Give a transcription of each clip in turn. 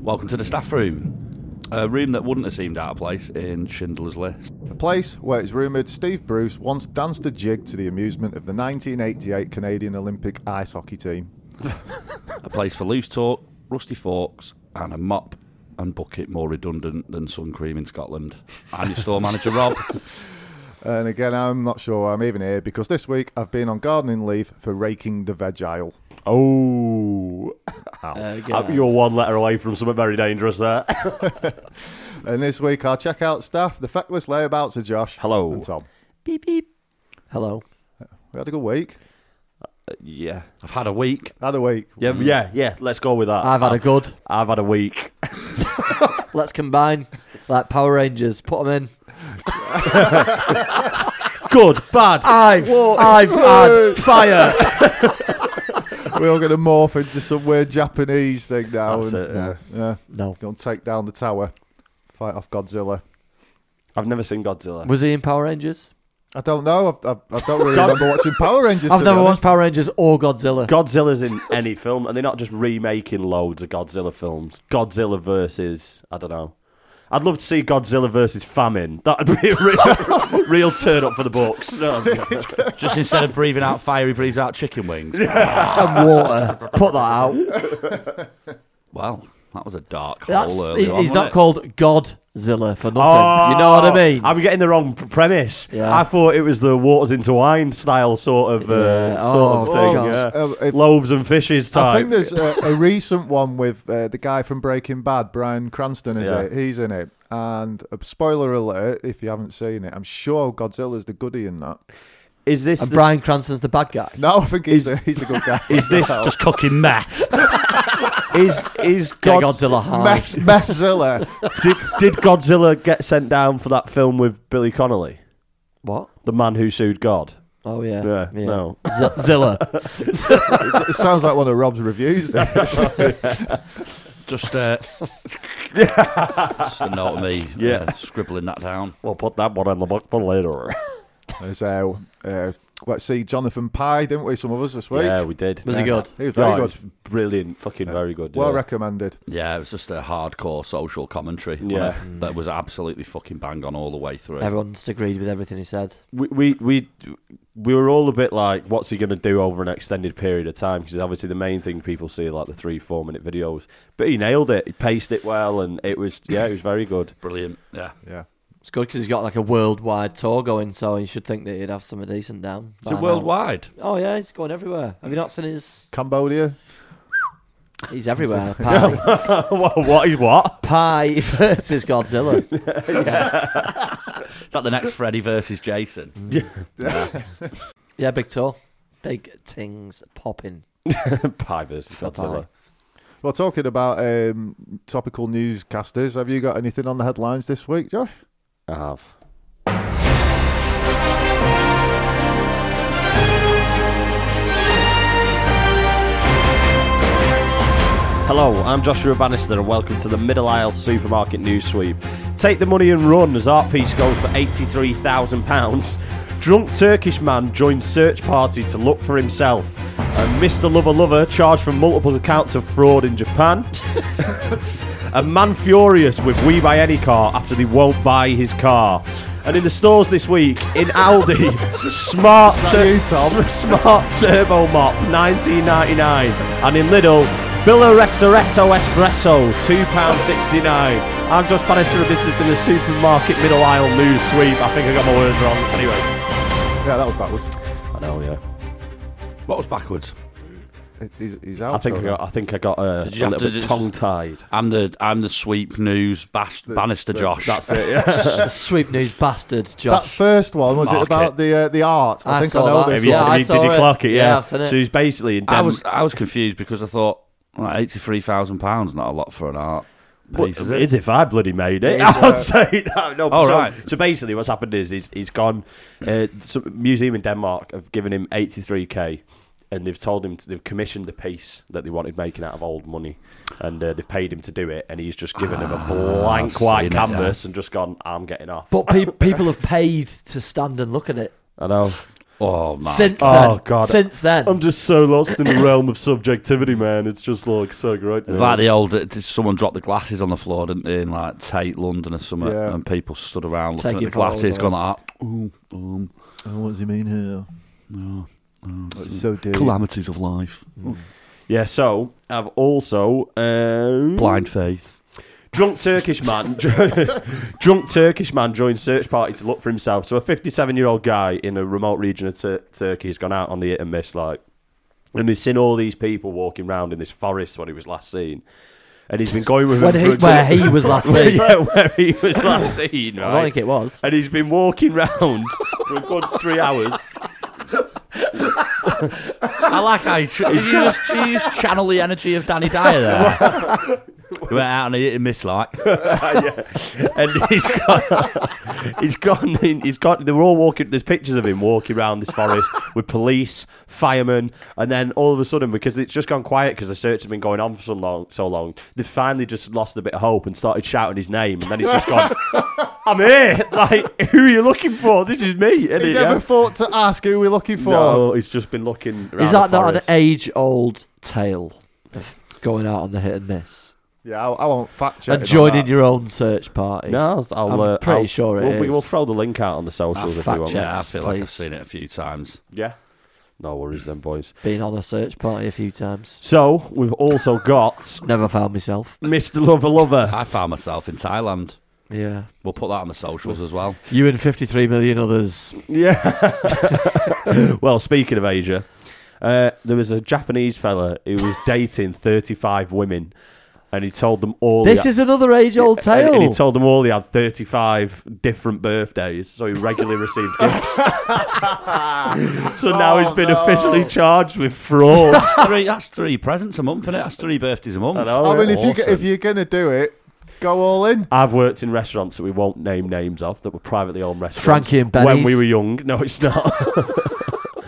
Welcome to the staff room, a room that wouldn't have seemed out of place in Schindler's List. A place where it's rumoured Steve Bruce once danced a jig to the amusement of the 1988 Canadian Olympic ice hockey team. A place for loose talk, rusty forks, and a mop and bucket more redundant than sun cream in Scotland. I'm your store manager, Rob. And again, I'm not sure why I'm even here because this week I've been on gardening leave for raking the veg aisle. Oh, Uh, get Uh, out. you're one letter away from something very dangerous there. And this week our checkout staff, the feckless layabouts are Josh. Hello. And Tom. Beep beep. Hello. We had a good week. yeah. I've had a week. Had a week. Yeah, yeah, yeah. Let's go with that. I've had a good. I've had a week. Let's combine like Power Rangers. Put them in. Good, bad. I've I've had fire. We're all going to morph into some weird Japanese thing now. That's and, it, yeah. yeah. No. Don't take down the tower. Fight off Godzilla. I've never seen Godzilla. Was he in Power Rangers? I don't know. I, I, I don't really God- remember watching Power Rangers. I've to be never honest. watched Power Rangers or Godzilla. Godzilla's in any film, and they're not just remaking loads of Godzilla films. Godzilla versus, I don't know. I'd love to see Godzilla versus famine. That'd be a real, real turn up for the books. No, I'm- Just instead of breathing out fire, he breathes out chicken wings. and water. Put that out. Well, that was a dark hole. That's, earlier he- on, he's wasn't not it? called Godzilla for nothing. Oh, you know what I mean? I'm getting the wrong p- premise. Yeah. I thought it was the waters into wine style sort of uh, Yeah, sort oh, of thing. God. yeah. Um, if- Loaves and fishes type. I think there's a, a recent one with uh, the guy from Breaking Bad, Brian Cranston, is Yeah. it? He's in it. And uh, spoiler alert, if you haven't seen it, I'm sure Godzilla's the goodie in that. Is this and the- Brian Cranston's the bad guy. No, I think he's, a, he's the good guy. Is this Just cooking meth. is is Get God, Godzilla high. Meth, Methzilla. did, did Godzilla get sent down for that film with Billy Connolly, What? the man who sued God? Oh yeah. Yeah, no. Z- Zilla. It's- it sounds like one of Rob's reviews. This. Just, uh, just a note of me Yeah. uh, scribbling that down. We'll put that one in the book for later. There's, uh, uh, let's see, Jonathan Pye, didn't we? Some of us this week. yeah, we did. Was he good? He was very Oh, it good. was brilliant, fucking very good. well yeah. recommended. Yeah, it was just a hardcore social commentary. wasn't Yeah. it? that was absolutely fucking bang on all the way through. Everyone's agreed with everything he said. we, we we we were all a bit like, what's he going to do over an extended period of time? Because obviously the main thing people see are like the three four minute videos, but he nailed it. He paced it well, and it was yeah, it was very good. Brilliant. Yeah. Yeah. It's good because he's got like a worldwide tour going, so you should think that he'd have something decent down. Is by it now. worldwide? Oh yeah, he's going everywhere. Have you not seen his? Cambodia. He's everywhere. Pie, what, what is what? pie versus Godzilla. yes. Is that the next Freddy versus Jason? Mm. Yeah, big tour, big things popping. Pie versus For Godzilla. pie. Well, talking about um, topical newscasters, have you got anything on the headlines this week, Josh? I have. Hello, I'm Joshua Bannister, and welcome to the Middle Isle Supermarket News Sweep. Take the money and run as art piece goes for £83,000. Drunk Turkish man joins search party to look for himself. And Mr. Lover Lover charged for multiple accounts of fraud in Japan. A man furious with We Buy Any Car after they won't buy his car. And in the stores this week, in Aldi, Smart, Tur- Smart Turbo Mop, 19.99, and in Lidl, Billa Restoretto Espresso, £2.69. I'm Josh Bannister, and this has been the Supermarket Middle Aisle News Sweep. I think I got my words wrong. Anyway. Yeah, that was backwards. I know, yeah. What was backwards? He's, he's out. I think I so- got, I think I got uh, a Did you have little to bit just- tongue-tied. I'm the I'm the sweep news bash, Bannister Josh. That's it, yeah. Sweep news bastards, That Josh. first one was Mark it about it. the uh, the art? I, I think I saw know that. this one. Have you- Have you- Yeah, I have you- did saw you it. clock it? Yeah. Yeah, I've seen it. So he's basically in I Denmark. was I was confused because I thought well, eighty three thousand pounds not a lot for an art piece. is it? uh, It's if I bloody made it. It is, I'd say that. No, All so, right. so basically, what's happened is he's, he's gone. Uh, some museum in Denmark have given him 83k, and they've told him to, they've commissioned a piece that they wanted making out of old money, and uh, they've paid him to do it, and he's just given him a blank Ah, I've white seen it, canvas and just gone, "I'm getting off." But pe- people have paid to stand and look at it. I know. Oh man, Since Oh, then, God. since then, I'm just so lost in the realm of subjectivity, man. It's just like so great. man. like the old uh, someone dropped the glasses on the floor, didn't they? In like Tate, London, or something, Yeah. and people stood around looking Taking at the glasses, "Ah, going photos, like, that. "Ooh, um, what does he mean here? no, no, Oh, It's so dirty. calamities of life, Yeah, so I've also um, blind faith." drunk Turkish man, drunk Turkish man joined search party to look for himself. So a 57 year old guy in a remote region of Tur- Turkey has gone out on the hit and miss, like, and he's seen all these people walking around in this forest when he was last seen, and he's been going with when them he, for a where he was last seen, yeah, where he was last seen, I don't right? think it was. And he's been walking round for a good three hours. I like how you, tr- you, just, you just channel the energy of Danny Dyer there. Went out and he hit and miss like. and he's got, he's gone in, he's got they were all walking there's pictures of him walking around this forest with police firemen and then all of a sudden because it's just gone quiet because the search has been going on for so long so long they finally just lost a bit of hope and started shouting his name and then he's just gone I'm here like who are you looking for this is me and He he- never yeah. thought to ask who we're looking for. no he's just been looking around Is that the not an forest. age-old tale of going out on the hit and miss Yeah, I, I won't fact check. and joining your own search party? no, I'll, I'll, I'm uh, pretty I'll- sure it we'll, we- is. We'll throw the link out on the Ah, socials if you fact want. check. yeah, I feel like I've please. seen it a few times. yeah, no worries then, boys. Been on a search party a few times. So we've also got Never found myself. Mr. Lover Lover. I found myself in Thailand. Yeah. We'll put that on the socials as well. You and 53 million others. yeah. well, speaking of Asia, uh, there was a Japanese fella who was dating 35 women, and he told them all. This he- is another age-old and, tale. and he told them all he had 35 different birthdays, so he regularly received gifts. so now Oh, he's been no. officially charged with fraud. That's three, that's three presents a month, innit? That's three birthdays a month. I know. I mean, if you Awesome. if you're gonna do it, go all in. I've worked in restaurants that we won't name names of that were privately owned restaurants. Frankie and Benny's. When we were young. No, it's not.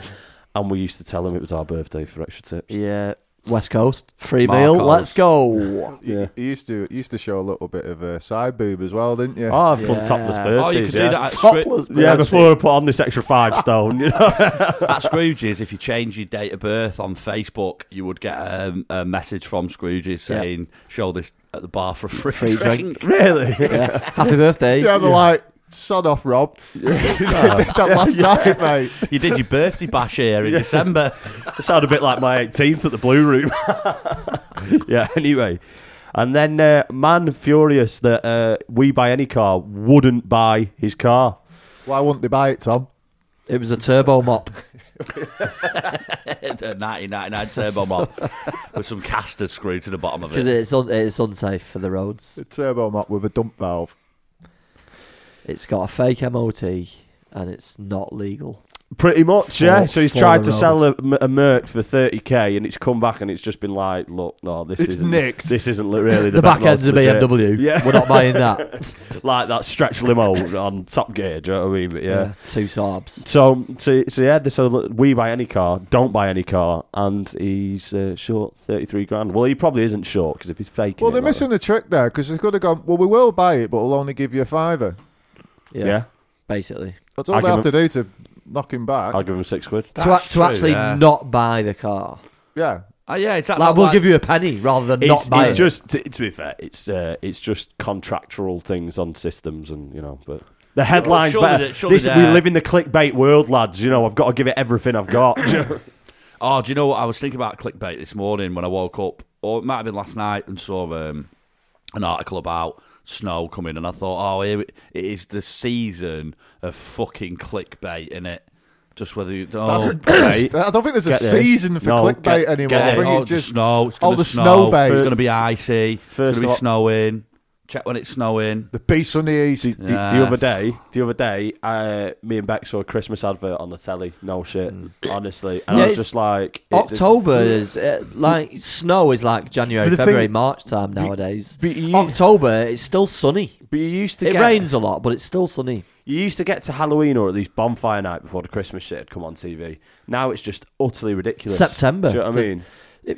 and we used to tell them it was our birthday for extra tips. yeah. West Coast. Free Marcos. meal. Let's go. Yeah. You used to you used to show a little bit of a side boob as well, didn't you? Oh, I've done Yeah. topless birthdays. Oh, you could yeah. do that at, Scroo- Topless. Yeah, birthday. before I put on this extra five stone, you know. at Scrooge's. If you change your date of birth on Facebook, you would get a, a message from Scrooge's Yeah. saying, "Show this at the bar for a free, Free drink." drink. really? Yeah. Happy birthday. yeah, they're like, sod off, Rob. you did that last night, mate. You did your birthday bash here in December. It sounded a bit like my 18th at the Blue Room. yeah, anyway. And then uh, man furious that uh, we buy any car wouldn't buy his car. Why wouldn't they buy it, Tom? It was a turbo mop. the 1999 turbo mod with some casters screwed to the bottom of Because it. it's, un- it's unsafe for the roads. A turbo mop with a dump valve. It's got a fake MOT and it's not legal. Pretty much, yeah. For- So he's for tried to the sell a, a Merc for 30k and it's come back and it's just been like, look, no, this It's isn't. nicked. This isn't li- really the, the back end's a legit. BMW. Yeah. We're not buying that. Like that stretch limo on top gear, do you know what I mean? But yeah. Two Saabs. So, so, so yeah, they said, "Look, we buy any car, don't buy any car, and he's uh, short 33 grand. Well, he probably isn't short because if he's faking Well, it, they're like missing the trick there because they could have gone, well, we will buy it, but we'll only give you a fiver. that. Yeah. Yeah. Basically. That's all they have to do to knock him back. I'll give him six quid. To, That's ac- to true, actually yeah. not buy the car. yeah. Oh, yeah, it's that. Like, we'll give you a penny rather than It's, not buy it's it. just to, to be fair, it's uh, it's just contractual things on systems, and you know, but the headlines. surely better. that- surely This- we that- live in the clickbait world, lads. You know, I've got to give it everything I've got. Oh, do you know what? I was thinking about clickbait this morning when I woke up, or it might have been last night, and saw um, an article about snow coming, and I thought, oh, here it, it is the season of fucking clickbait, in it. Just whether you, oh, That's clickbait. I don't think there's a Get this. season for No, clickbait get- anymore. get I Yeah, think oh, it just snow. It's all gonna the snow. snow bait. It's going to be icy. It's going First to be of all- snowing. Check when it's snowing. the beast from the east. the, the- the Yeah. other day, the other day, uh, me and Beck saw a Christmas advert on the telly. No shit, honestly, and Mm. Yeah, I was it's- just like, it just- October is uh, like snow is like January, For the February, thing- March time nowadays. But you, October, it's still sunny. but you used to It get, rains a lot, but it's still sunny. You used to get to Halloween or at least bonfire night before the Christmas shit had come on TV. Now it's just utterly ridiculous. September. Do you know what I The- mean?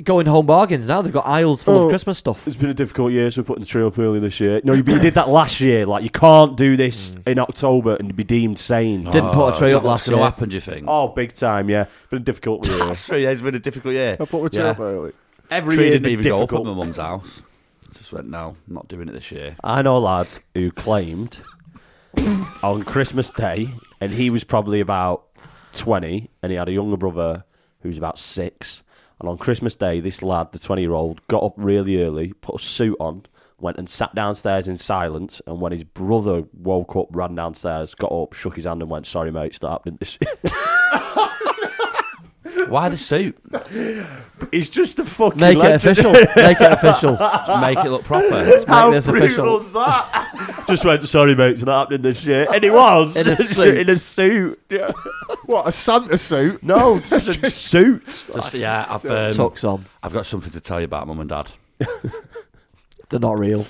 Going home bargains now. They've got aisles full Oh. of Christmas stuff. It's been a difficult year, so we're putting the tree up early this year. No, you, but you did that last year. Like, you can't do this Mm. in October and be deemed sane. Didn't put a tree up What's last going to year. Oh, happen, do you think? Oh, big time, yeah. Been a difficult year. That's true, yeah, it's been a difficult year. I put Yeah. yeah. up early. Every Tree year didn't didn't even be go difficult. up at my mum's house. Just went, no, I'm not doing it this year. I know a lad who claimed on Christmas Day, and he was probably about 20, and he had a younger brother who was about six. And on Christmas Day, this lad, the 20 year old, got up really early, put a suit on, went and sat downstairs in silence. And when his brother woke up, ran downstairs, got up, shook his hand, and went, Sorry, mate, it's not happening this year. Why the suit? He's just a fucking. Make it legend. official. Make it official. Just make it look proper. Make How this brutal official. is that? just went, Sorry, mate, it's not happening this year. And he was. In a in a suit. Yeah. What a Santa suit? No, just a suit. Just, yeah, I've, um, Tucks on. I've got something to tell you about mum and dad. They're not real.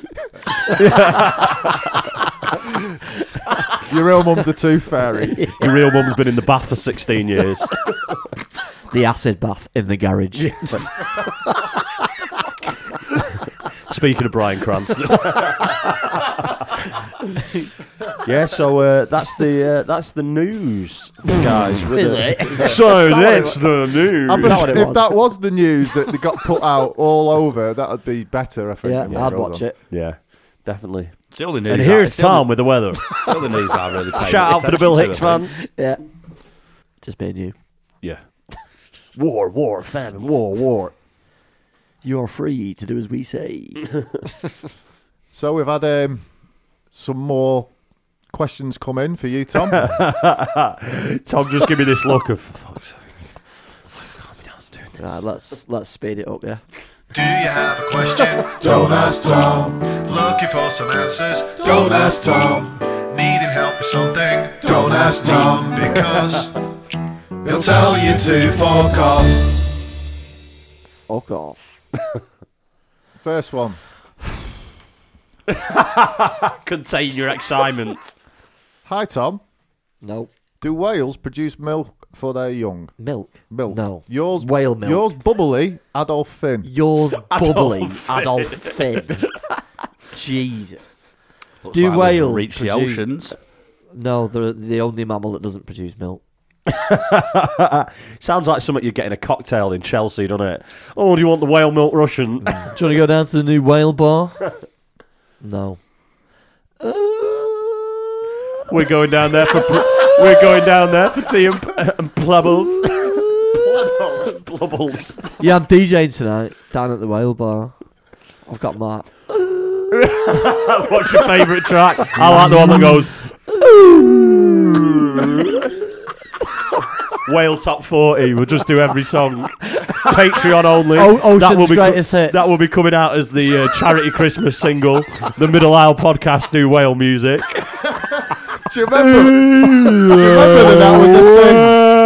Your real mum's a tooth fairy. Your real mum's been in the bath for 16 years. The acid bath in the garage. Speaking of Brian Cranston. yeah, so uh, that's the uh, that's the news, guys. with Is the- it? So that what it that's the news. I Is that what bet it if was? that was the news that they got put out all over, that would be better, I think. Yeah, than what I'd goes watch on. it. Yeah, definitely. It's the only news And I- here's it's the only- Tom with the weather. it's the only news I really pay Shout out for the Bill attention Hicks to, I think. fans. Yeah. Just being you. Yeah. War, war, famine, war, war. You're free to do as we say. So we've had um, some more questions come in for you, Tom. Tom, just give me this look of. For fuck's sake. I can't be downstairs doing this. right, let's let's speed it up, yeah. Do you have a question? Don't ask Tom. Looking for some answers? Don't ask Tom. Needing help with something? Don't ask Tom. Because he'll tell you to fuck off. Fuck off. First one. Contain your excitement. Hi, Tom. No. Do whales produce milk for their young? Milk. Milk. No. Yours. Whale milk. Yours bubbly. Adolf Finn. Yours bubbling Adolf Finn. Jesus. Looks Do like we've whales reached the produce- oceans? No, they're the only mammal that doesn't produce milk. Sounds like something you'd get in a cocktail in Chelsea, doesn't it? Oh, do you want the whale milk Russian? Do you want to go down to the new whale bar? no. Uh, we're going down there for pr- we're going down there for tea and, p- and plubbles. plubbles. yeah, I'm DJing tonight down at the whale bar. I've got Matt. What's your favourite track? I like the one that goes. Whale top forty. We'll just do every song. Patreon only. O- Ocean's be co- greatest hits. that will be coming out as the uh, charity Christmas single. The Middle Isle podcast do whale music. Do you remember? do you remember that that was a thing?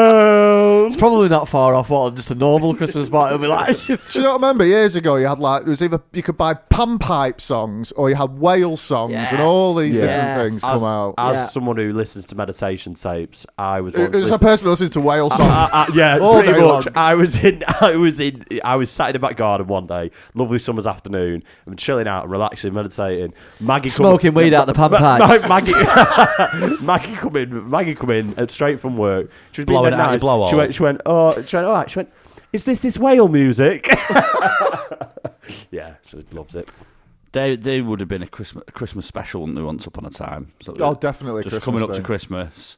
It's probably not far off what just a normal Christmas party. It'll be like it's Do you not remember years ago you had like it was either you could buy panpipe songs or you had whale songs and all these Yes. different Yes. things come out. As Yeah. someone who listens to meditation tapes, I was once There's a listening- person who listens to whale songs. Uh, I- I- yeah, All pretty day much. long. I was in, I was in, I was sat in the back garden one day, lovely summer's afternoon. I'm chilling out, relaxing, meditating. Maggie come- Smoking weed out the pub pipes. Ma- Maggie, Maggie come in. Maggie come in uh, straight from work. She was being Blowing dead out your blowhole. She went. She went. Oh, she went. All right. She went. Is this this whale music? yeah, she loves it. They they would have been a Christmas a Christmas special, wouldn't they? Once upon a time. So oh, definitely. just Christmas coming up thing. to Christmas,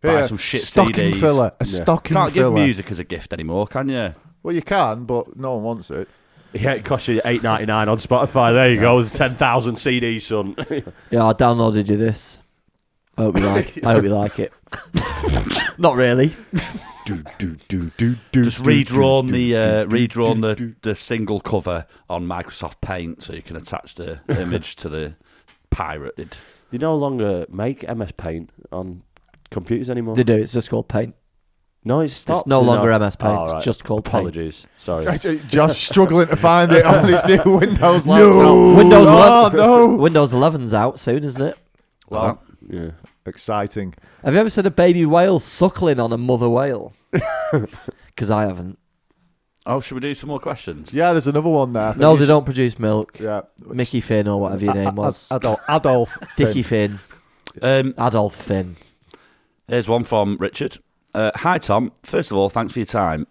buy Here, some shit stocking CDs. filler. A stocking Can't give filler. music as a gift anymore, can you? Well, you can, but no one wants it. Yeah, it costs you eight ninety nine on Spotify. There you go. There's ten thousand CDs, son. Yeah, I downloaded you this. I hope you like. I hope you like it. Not really. Just redrawn the uh, redrawn the, the single cover on Microsoft Paint so you can attach the image to the pirated. They no longer make MS Paint on computers anymore. They do. It's just called paint. no, it's stopped. it's no They're longer not- MS Paint. Oh, right. It's just called paint. Apologies. Sorry. Josh struggling to find it on his new Windows laptop. Windows oh, 11. no. Windows 11's out soon, isn't it? Like yeah. Exciting. Have you ever seen a baby whale suckling on a mother whale? Because I haven't. Oh, should we do some more questions? Yeah, there's another one there. I think No, he's- they don't produce milk. Yeah. Mickey Finn or whatever your name was. Adolf. Adolf. Dickie Finn. Um, Adolf Finn. Here's one from Richard. Uh, Hi, Tom. First of all, thanks for your time.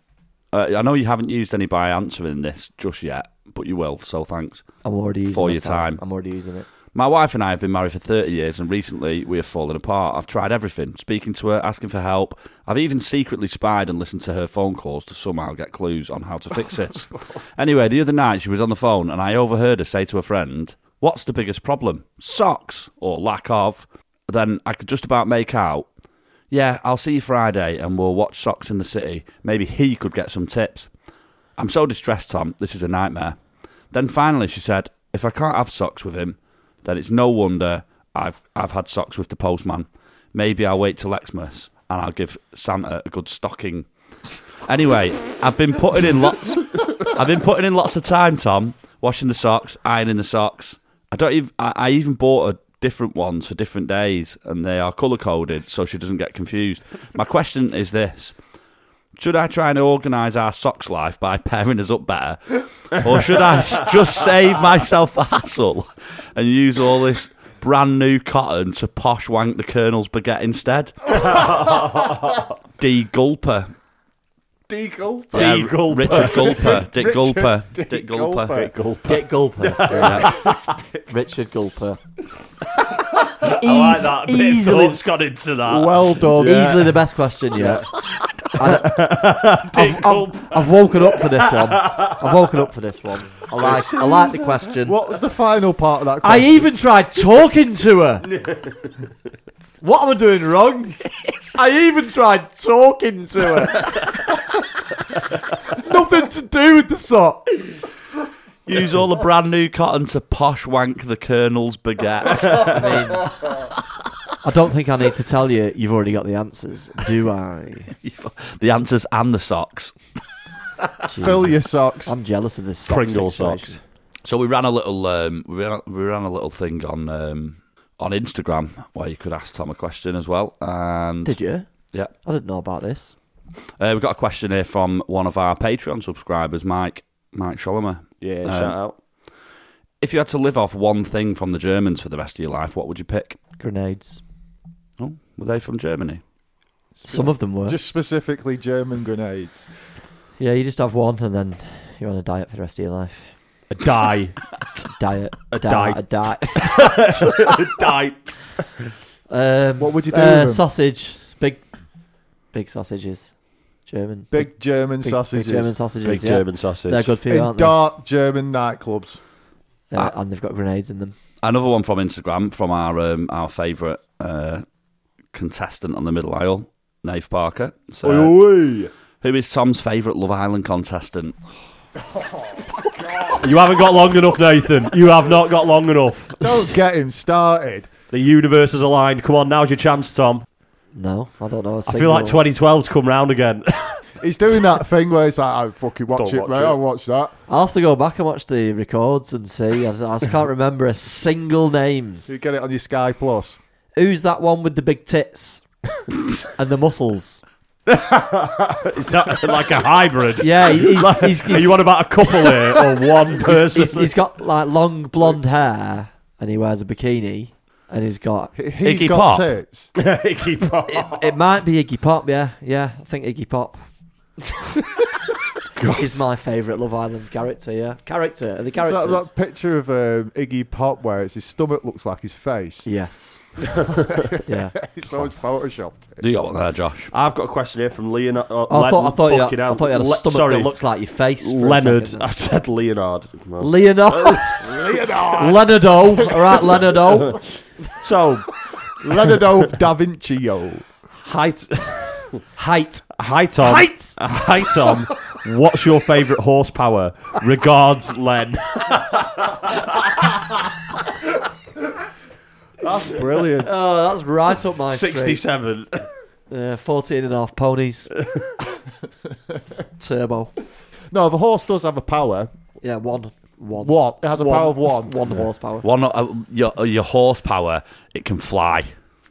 Uh, I know you haven't used any by answering this just yet, but you will, so thanks. I'm already using For my your time. I'm already using it. My wife and I have been married for 30 years, and recently we have fallen apart. I've tried everything speaking to her, asking for help. I've even secretly spied and listened to her phone calls to somehow get clues on how to fix it. anyway, the other night she was on the phone, and I overheard her say to a friend, What's the biggest problem? Socks, or lack of. Then I could just about make out. Yeah, I'll see you Friday, and we'll watch Socks in the City. Maybe he could get some tips. I'm so distressed, Tom. This is a nightmare. Then finally she said, If I can't have socks with him, then it's no wonder I've I've had socks with the postman. Maybe I'll wait till Xmas and I'll give Santa a good stocking. Anyway, I've been putting in lots I've been putting in lots of time, Tom, washing the socks, ironing the socks. I don't even I, I even bought a different ones for different days and they are colour coded so she doesn't get confused. My question is this should I try and organise our socks life by pairing us up better? Or should I s- just save myself the hassle and use all this brand new cotton to posh wank the Colonel's baguette instead? D. Gulper. Deagle. D. Gulper. Richard Gulper. Dick Gulper. Dick Gulper. Dick Gulper. Richard Gulper. I like that. bit. easily- Thoughts got into that. Well done. Oh, Easily the best question yet. I have woken up for this one. I've woken up for this one. I like, I like the question. What was the final part of that I question? even tried talking to her. what am I doing wrong? I even tried talking to her. Nothing to do with the socks. Use all the brand new cotton to posh wank the Colonel's baguette. I mean, I don't think I need to tell you. You've already got the answers, do I? the answers and the socks. Fill your socks. I'm jealous of this sock Pringle situation. socks. So we ran a little um, we, ran, we ran a little thing on um, on Instagram where you could ask Tom a question as well. And Did you? Yeah. I didn't know about this. uh, we've got a question here from one of our Patreon subscribers, Mike Mike Scholomer. Yeah, Um, shout out. If you had to live off one thing from the Germans for the rest of your life, what would you pick? Grenades. Oh, were they from Germany? Some of them were. Just specifically German grenades. yeah, you just have one and then you're on a diet for the rest of your life. A die. Diet. A di- diet. A diet. a die. Um, What would you do with Uh, them? sausage. Big, big sausages. German. Big German big, sausages. Big German sausages. Big yeah. German sausage. They're good for you, in aren't they? Uh, dark German nightclubs. and they've got grenades in them. Another one from Instagram from our um, our favourite uh, contestant on the middle aisle, Nave Parker. So, uh, who is Tom's favourite Love Island contestant? You haven't got long enough, Nathan. You have not got long enough. Don't get him started. The universe is aligned. Come on, now's your chance, Tom. No, I don't know. a I feel like single- 2012's come round again. He's doing that thing where it's like, I fucking watch Don't it, watch mate. it. I'll watch that. I'll have to go back and watch the records and see. I, just- I just can't remember a single name. You get it on your Sky Plus. Who's that one with the big tits and the muscles? Is that like a hybrid? Yeah, he- he's, Like, he's, are he's, you on about a couple here or one he's, person? he's, he's got like long blonde hair and he wears a bikini and he's got He- He's Iggy got Pop. tits. Keep on. It might be Iggy Pop, yeah, yeah. I think Iggy Pop is my favourite Love Island character. Yeah, character. Are the It's characters? That, that picture of um, Iggy Pop where it's his stomach looks like his face. Yes. yeah. It's always photoshopped. Do you got one there, Josh? I've got a question here from Leonard. Uh, Oh, I thought, I thought you had, fucking I hell. thought you had a Le- stomach sorry, that looks like your face. for a Leonard. second. I said Leonard. Leonard. Leonardo. All right, Leonardo. So Leonardo da Vincio. hi, t- Height. hi Tom. Height. Hi Tom. What's your favourite horsepower? Regards, Len. That's brilliant. Oh, that's right up my street. Sixty-seven. Uh, 14 and a half ponies. Turbo. No, the horse does have a power. Yeah, one. One. What? It has a One. power of one. One horsepower. One uh, your your horsepower, it can fly.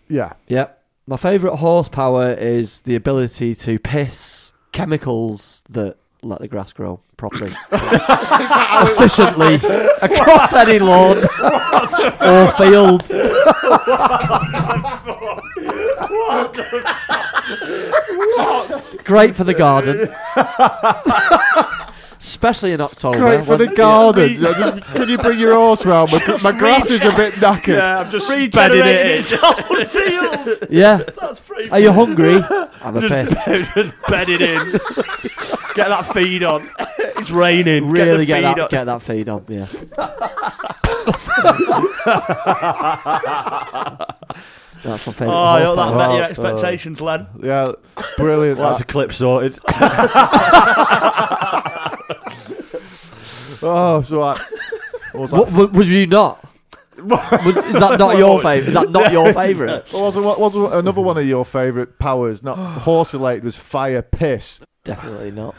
Yeah. Yep. My favourite horsepower is the ability to piss chemicals that let the grass grow properly, efficiently across any lawn or field. Great for the garden, especially in October. Great for the when- garden. Yeah, just- can you bring your horse round? My, my grass is a bit knackered. Yeah, I'm just bedding it in. Yeah. Are you hungry? Have a piss. bedded in. get that feed on. It's raining. Really get, get the that feed on. get that feed on. Yeah. That's my favourite. Oh, I hope whole that part. met your expectations, Len. Yeah, brilliant. That's a clip sorted. oh, so I, what was What, that? what, was you not? was, is that not your favourite? Is that not your favourite? What was, what was another one of your favourite powers? Not horse related. Was fire piss. Definitely not.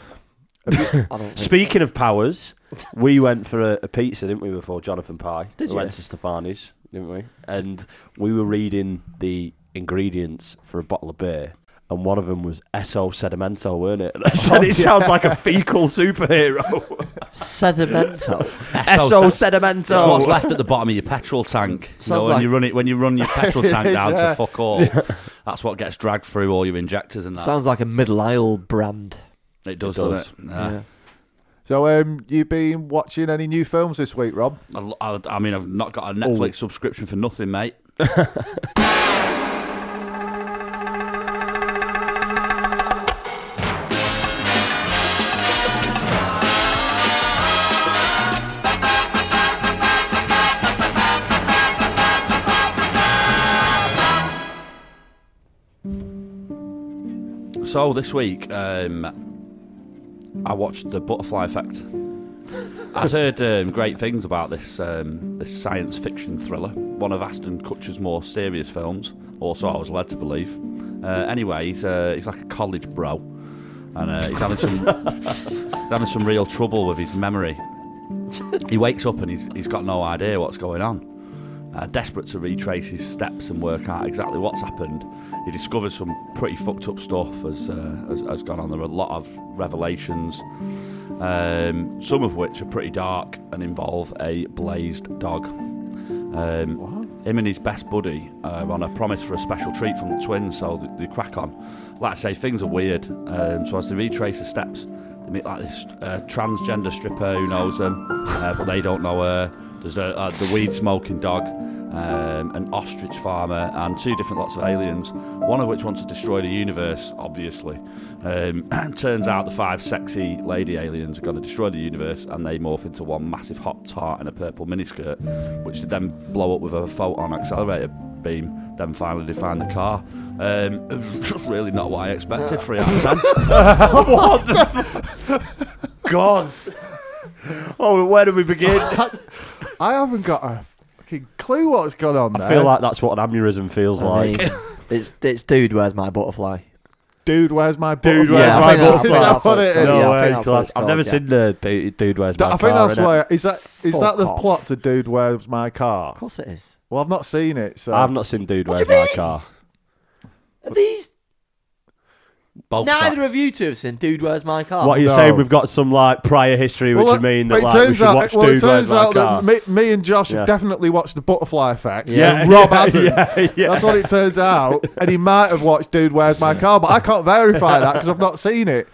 I don't think. Speaking of powers, we went for a, a pizza, didn't we, before Jonathan Pye? Did we you? went to Stefani's, didn't we? And we were reading the ingredients for a bottle of beer. And one of them was SO Sedimento, weren't it? And I Oh, said, it sounds like a fecal superhero. Sedimento. SO It's what's Sedimento. left at the bottom of your petrol tank. You Sounds know, when like- you run it, when you run your petrol It tank is, down yeah. to fuck all, that's what gets dragged through all your injectors and that. Sounds like a middle aisle brand. it does, It does. does. not it? Nah. Yeah. So, um, you been watching any new films this week, Rob? I, I, I mean, I've not got a Netflix subscription for nothing, mate. So this week, um, I watched The Butterfly Effect. I've heard um, great things about this um, this science fiction thriller, one of Aston Kutcher's more serious films, or so I was led to believe. Uh, anyway, he's, uh, he's like a college bro, and uh, he's having some he's having some real trouble with his memory. He wakes up and he's he's got no idea what's going on. Uh, desperate to retrace his steps and work out exactly what's happened, he discovers some pretty fucked up stuff has, uh, has, has gone on. There are a lot of revelations um, some of which are pretty dark and involve a blazed dog. Um, Him and his best buddy are on a promise for a special treat from the twins, so th- they crack on. Like I say, things are weird. Um, so as they retrace the steps, they meet like this uh, transgender stripper who knows them, uh, but they don't know her. There's a, uh, the weed smoking dog, um, an ostrich farmer, and two different lots of aliens. One of which wants to destroy the universe, obviously. Um, turns out the five sexy lady aliens are going to destroy the universe, and they morph into one massive hot tart in a purple miniskirt, which they then blow up with a photon accelerator beam. Then finally, they find the car. Um, really not what I expected. Three out of ten. God. Oh, where do we begin? I haven't got a fucking clue what's gone on there. I feel like that's what an aneurysm feels I like. mean, it's it's dude. Where's my butterfly? dude, where's my butterfly? Dude, where's Yeah, I my think that- I butterfly? think that's what it's Is that called, No yeah. I way, think that's what class. it's I've called, never yeah. seen the dude, dude wears my I think car, that's innit? why. Is that is Fuck that the off. plot to Dude Where's My Of Car? course it is. Well, I've not seen it, uh, so I've not seen dude wears my car. Are these Both neither of you two have seen Dude Where's My Car? What are you Oh, No. saying? We've got some like prior history, which Well, would mean but that it like we turns should out- watch well, Dude it turns Where's My out Car. that me, me and Josh Yeah. have definitely watched The Butterfly Effect. Yeah. and Rob hasn't. Yeah, yeah. That's what it turns out. And he might have watched Dude Where's My Car, but I can't verify that because I've not seen it.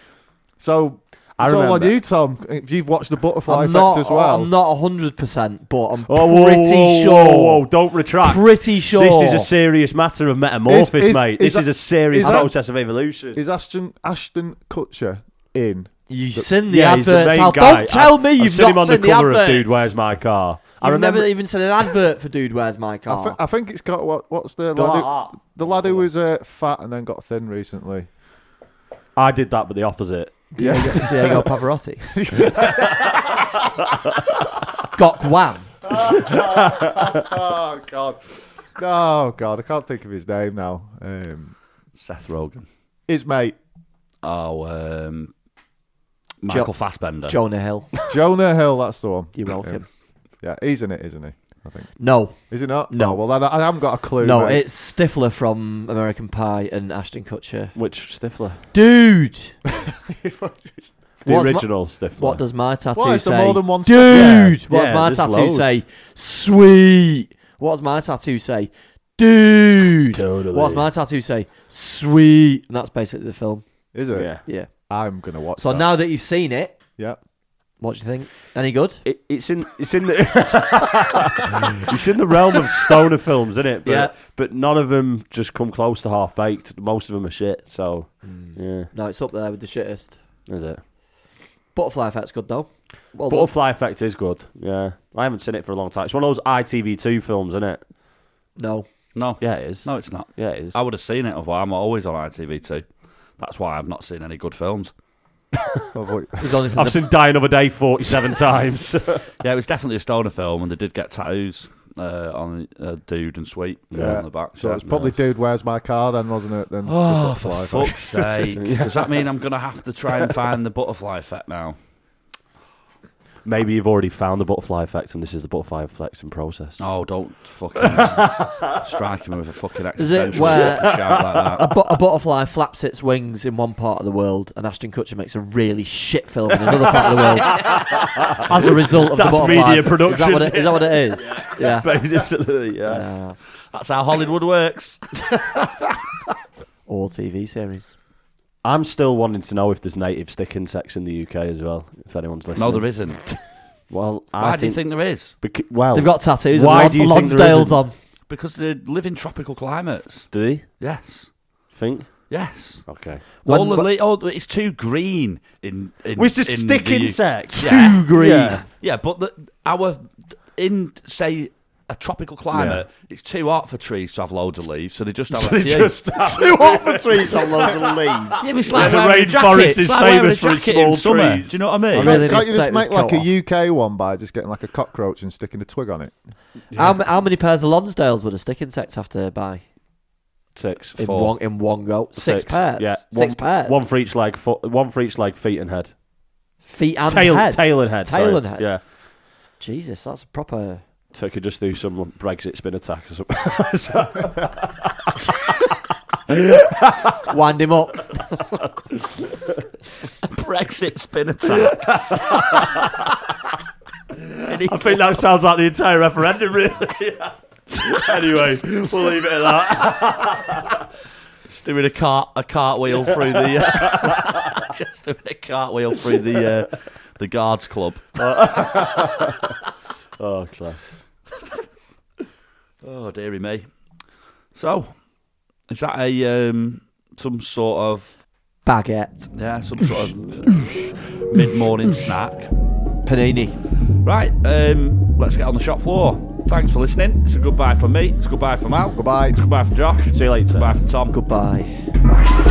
So I it's all on remember. you, Tom, if you've watched The Butterfly I'm Effect not. as well. I'm not hundred percent, but I'm Oh, whoa, pretty whoa, sure. Whoa, whoa, don't retract. Pretty sure. This is a serious matter of metamorphosis, Is- is- mate. is this is that- a serious is that- process of evolution. Is Ashton, Ashton Kutcher in? You've seen the yeah, he's the adverts. main Al. guy. Don't tell me I've you've seen not him on seen the cover adverts. of Dude Where's My Car. I I've remember. uh, never even seen an advert for Dude Where's My I, thi- Car. I think it's got what? What's the, The lad? who- art. the lad who was uh, fat and then got thin recently. I did that, but the opposite. Yeah, Diego Pavarotti. Gok Wan. oh god, oh god, I can't think of his name now. Um, Seth Rogen. his mate Oh, um, Michael Fassbender. Jonah Hill. Jonah Hill. That's the one. You're welcome. Yeah, he's in it, isn't he? I think. No, Is he not? No. Oh, well, then I, I haven't got a clue. no, mate. it's Stifler from American Pie and Ashton Kutcher. Which Stifler? Dude! The What's my- original Stifler. What does my tattoo Why is say? there more than one? Dude, what yeah, there's does my tattoo loads. say? Sweet. What does my tattoo say? Dude. Totally. What does my tattoo say? Sweet. And that's basically the film. Is it? Yeah. Yeah. I'm gonna watch. So that. now that you've seen it, yeah, what do you think? Any good? It, it's in it's in the it's in the realm of stoner films, isn't it? But, Yeah. But none of them just come close to half baked. Most of them are shit. So Hmm. No, it's up there with the shittest. yeah, is it? Butterfly effect's good though. Well, done. Butterfly Effect is good. Yeah, I haven't seen it for a long time. It's one of those ITV two films, isn't it? no. No, Yeah, it is. no, it's not. Yeah, it is. I would have seen it. Otherwise, I'm always on ITV two. That's why I've not seen any good films. I've wa- He's only seen I've the- seen Die Another Day forty seven times. Yeah, it was definitely a stoner film, and they did get tattoos uh, on uh, dude and sweet Yeah. on the back. So yeah, it's probably yeah. dude. Where's my car? Then wasn't it? Then Oh, The for butterfly effect. fuck's sake! Does that mean I'm gonna have to try and find the butterfly effect now? Maybe you've already found the Butterfly Effect, and this is the Butterfly Effect in process. Oh, don't fucking strike him with a fucking Is it existential where- fucking shout like that. a, bu- a butterfly flaps its wings in one part of the world, and Ashton Kutcher makes a really shit film in another part of the world as a result of That's the butterfly. media Is that production. what it, is that what it is? Yeah. Basically, yeah. Uh, That's how Hollywood works. or TV series. I'm still wanting to know if there's native stick insects in the UK as well. If anyone's listening, No, there isn't. Well, I Why do you think there is? Beca- well, They've got tattoos. and Oh. Why Lon- do you think there Lonsdale's isn't? on? Because they live in tropical climates. do they Yes, think? yes. Okay. When- all the li- all the- it's too green in. in Which is in stick the- insects. Yeah. green. Yeah. Yeah, but the, our in say a tropical climate, it's too hot for trees to have loads of leaves, so they just have a few. Two off trees on loads of leaves. yeah, but it's like The wearing a jacket. rainforest It's is like wearing famous a for its jacket in small summer. trees. Do you know what I I mean? really Can't, need can't you to take just this make like coat off. a UK one by just getting like a cockroach and sticking a twig on it? How, m- how many pairs of Lonsdales would a stick insect have to buy Six, in four, one in one go? Six, pairs. Yeah, Six one, pairs. One for each leg, foot, one for each leg, feet and head. feet and tail, head. tail and head. Tail sorry. and head. Yeah. Jesus, that's a proper. So I could just do some Brexit spin attack or something. Wind him up. Brexit spin attack. I think that sounds like the entire referendum, really. anyway, we'll leave it at that. Just doing a cart a cartwheel through the. Uh, just doing a cartwheel through the uh, the guards club. Oh, Claire. Oh dearie me! So, is that a um, some sort of Baguette. yeah some sort of mid morning snack? Panini. Right, um, let's get on the shop floor. Thanks for listening. It's a goodbye from me. It's a goodbye from Al. Goodbye. It's a goodbye from Josh. See you later. Goodbye from Tom. Goodbye.